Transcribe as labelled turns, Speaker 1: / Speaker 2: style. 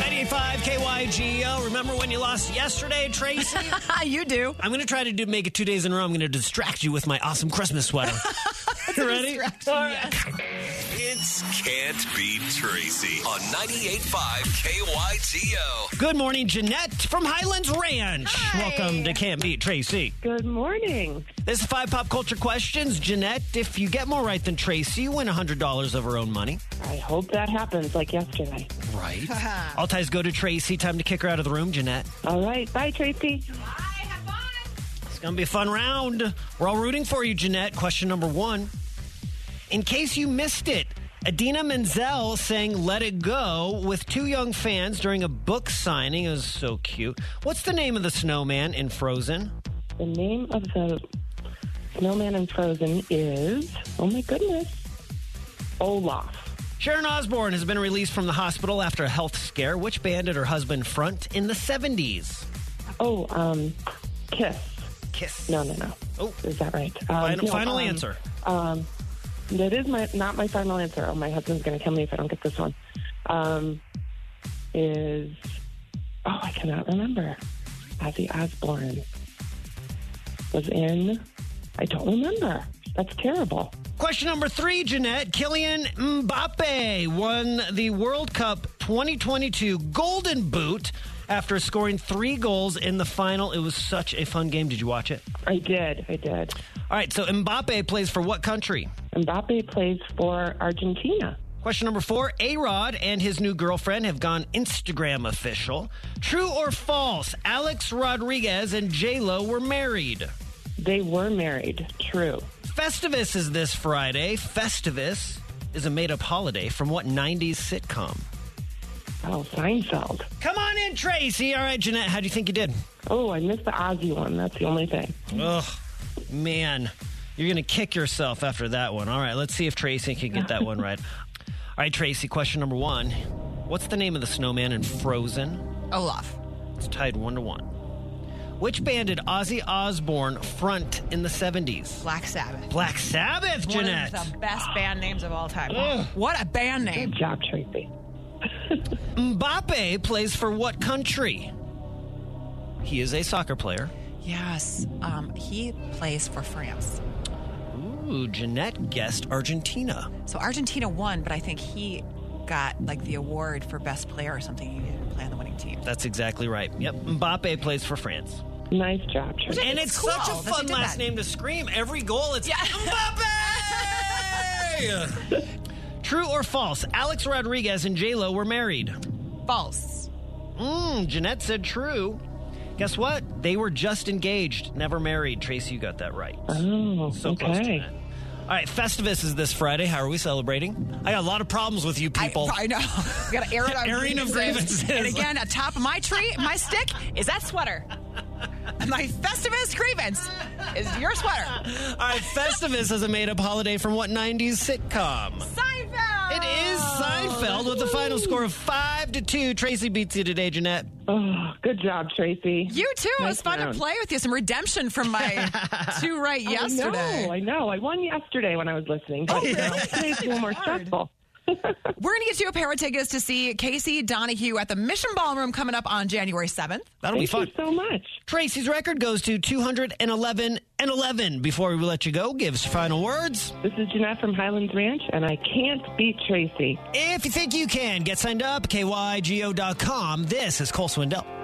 Speaker 1: 95 KYGO. Remember when you lost yesterday, Tracy?
Speaker 2: you do.
Speaker 1: I'm going to try to do make it two days in a row. I'm going to distract you with my awesome Christmas sweater. you ready? All right.
Speaker 3: It's Can't Be Tracy on 98.5 KYTO.
Speaker 1: Good morning, Jeanette from Highlands Ranch. Welcome to Can't Beat Tracy.
Speaker 4: Good morning.
Speaker 1: This is five pop culture questions. Jeanette, if you get more right than Tracy, you win $100 of her own money.
Speaker 4: I hope that happens like yesterday.
Speaker 1: Right. All ties go to Tracy. Time to kick her out of the room, Jeanette.
Speaker 4: All right. Bye, Tracy.
Speaker 1: It's going to be a fun round. We're all rooting for you, Jeanette. Question number one. In case you missed it, Adina Menzel sang Let It Go with two young fans during a book signing. It was so cute. What's the name of the snowman in Frozen?
Speaker 4: The name of the snowman in Frozen is, oh my goodness, Olaf.
Speaker 1: Sharon Osbourne has been released from the hospital after a health scare. Which band did her husband front in the 70s?
Speaker 4: Oh, um, Kiss.
Speaker 1: Kiss.
Speaker 4: No, no, no.
Speaker 1: Oh.
Speaker 4: Is that right? Um,
Speaker 1: Final-
Speaker 4: no,
Speaker 1: final
Speaker 4: um,
Speaker 1: answer.
Speaker 4: Um, that is my not my final answer. Oh, my husband's going to kill me if I don't get this one. Um, is oh, I cannot remember. Ozzy Osbourne was in. I don't remember. That's terrible.
Speaker 1: Question number three, Jeanette. Killian Mbappe won the World Cup 2022 Golden Boot after scoring three goals in the final. It was such a fun game. Did you watch it?
Speaker 4: I did. I did.
Speaker 1: All right, so Mbappe plays for what country?
Speaker 4: Mbappe plays for Argentina.
Speaker 1: Question number four A Rod and his new girlfriend have gone Instagram official. True or false? Alex Rodriguez and Lo were married.
Speaker 4: They were married. True.
Speaker 1: Festivus is this Friday. Festivus is a made up holiday from what 90s sitcom?
Speaker 4: Oh, Seinfeld.
Speaker 1: Come on in, Tracy. All right, Jeanette, how do you think you did?
Speaker 4: Oh, I missed the Ozzy one. That's the only thing.
Speaker 1: Ugh, man. You're going to kick yourself after that one. All right, let's see if Tracy can get that one right. All right, Tracy, question number one. What's the name of the snowman in Frozen?
Speaker 2: Olaf.
Speaker 1: It's tied one to one. Which band did Ozzy Osbourne front in the 70s?
Speaker 2: Black Sabbath.
Speaker 1: Black Sabbath, Jeanette.
Speaker 2: One of the best band names of all time.
Speaker 1: Ugh.
Speaker 2: What a band name.
Speaker 4: Good job, Tracy.
Speaker 1: Mbappe plays for what country? He is a soccer player.
Speaker 2: Yes. Um, he plays for France.
Speaker 1: Ooh, Jeanette guessed Argentina.
Speaker 2: So Argentina won, but I think he got like the award for best player or something. He didn't play on the winning team.
Speaker 1: That's exactly right. Yep. Mbappe plays for France.
Speaker 4: Nice job, Tracy.
Speaker 1: And it's,
Speaker 2: It's cool
Speaker 1: such a
Speaker 2: that they
Speaker 1: fun
Speaker 2: did
Speaker 1: last
Speaker 2: that.
Speaker 1: name to scream. Every goal, it's Mbappe! True or false? Alex Rodriguez and J-Lo were married.
Speaker 2: False.
Speaker 1: Mm, Jeanette said true. Guess what? They were just engaged, never married. Tracy, you got that right.
Speaker 4: Oh,
Speaker 1: so
Speaker 4: okay.
Speaker 1: close to that. All right, Festivus is this Friday. How are we celebrating? I got a lot of problems with you people.
Speaker 2: I, I know. We got to air it out.
Speaker 1: Airing of grievances.
Speaker 2: And again, atop of my tree, my stick is that sweater. And my festivist grievance is your sweater.
Speaker 1: All right, Festivus is a made-up holiday from what 90s sitcom?
Speaker 2: Seinfeld.
Speaker 1: It is
Speaker 2: Oh,
Speaker 1: Seinfeld with the final score of five to two. Tracy beats you today, Jeanette.
Speaker 4: Oh, good job, Tracy.
Speaker 2: You too. it was
Speaker 4: Nice
Speaker 2: fun
Speaker 4: round.
Speaker 2: to play with you. Some redemption from my two right yesterday.
Speaker 4: I know, I know. I won yesterday when I was listening. But you know, today's a little more stressful.
Speaker 2: We're going to get you a pair of tickets to see Casey Donahue at the Mission Ballroom coming up on January 7th.
Speaker 1: That'll be
Speaker 4: Thank
Speaker 1: fun.
Speaker 4: you so much.
Speaker 1: Tracy's record goes to 211 and 11. Before we let you go, gives final words.
Speaker 4: This is Jeanette from Highlands Ranch, and I can't beat Tracy.
Speaker 1: If you think you can, get signed up, kygo.com. This is Cole Swindell.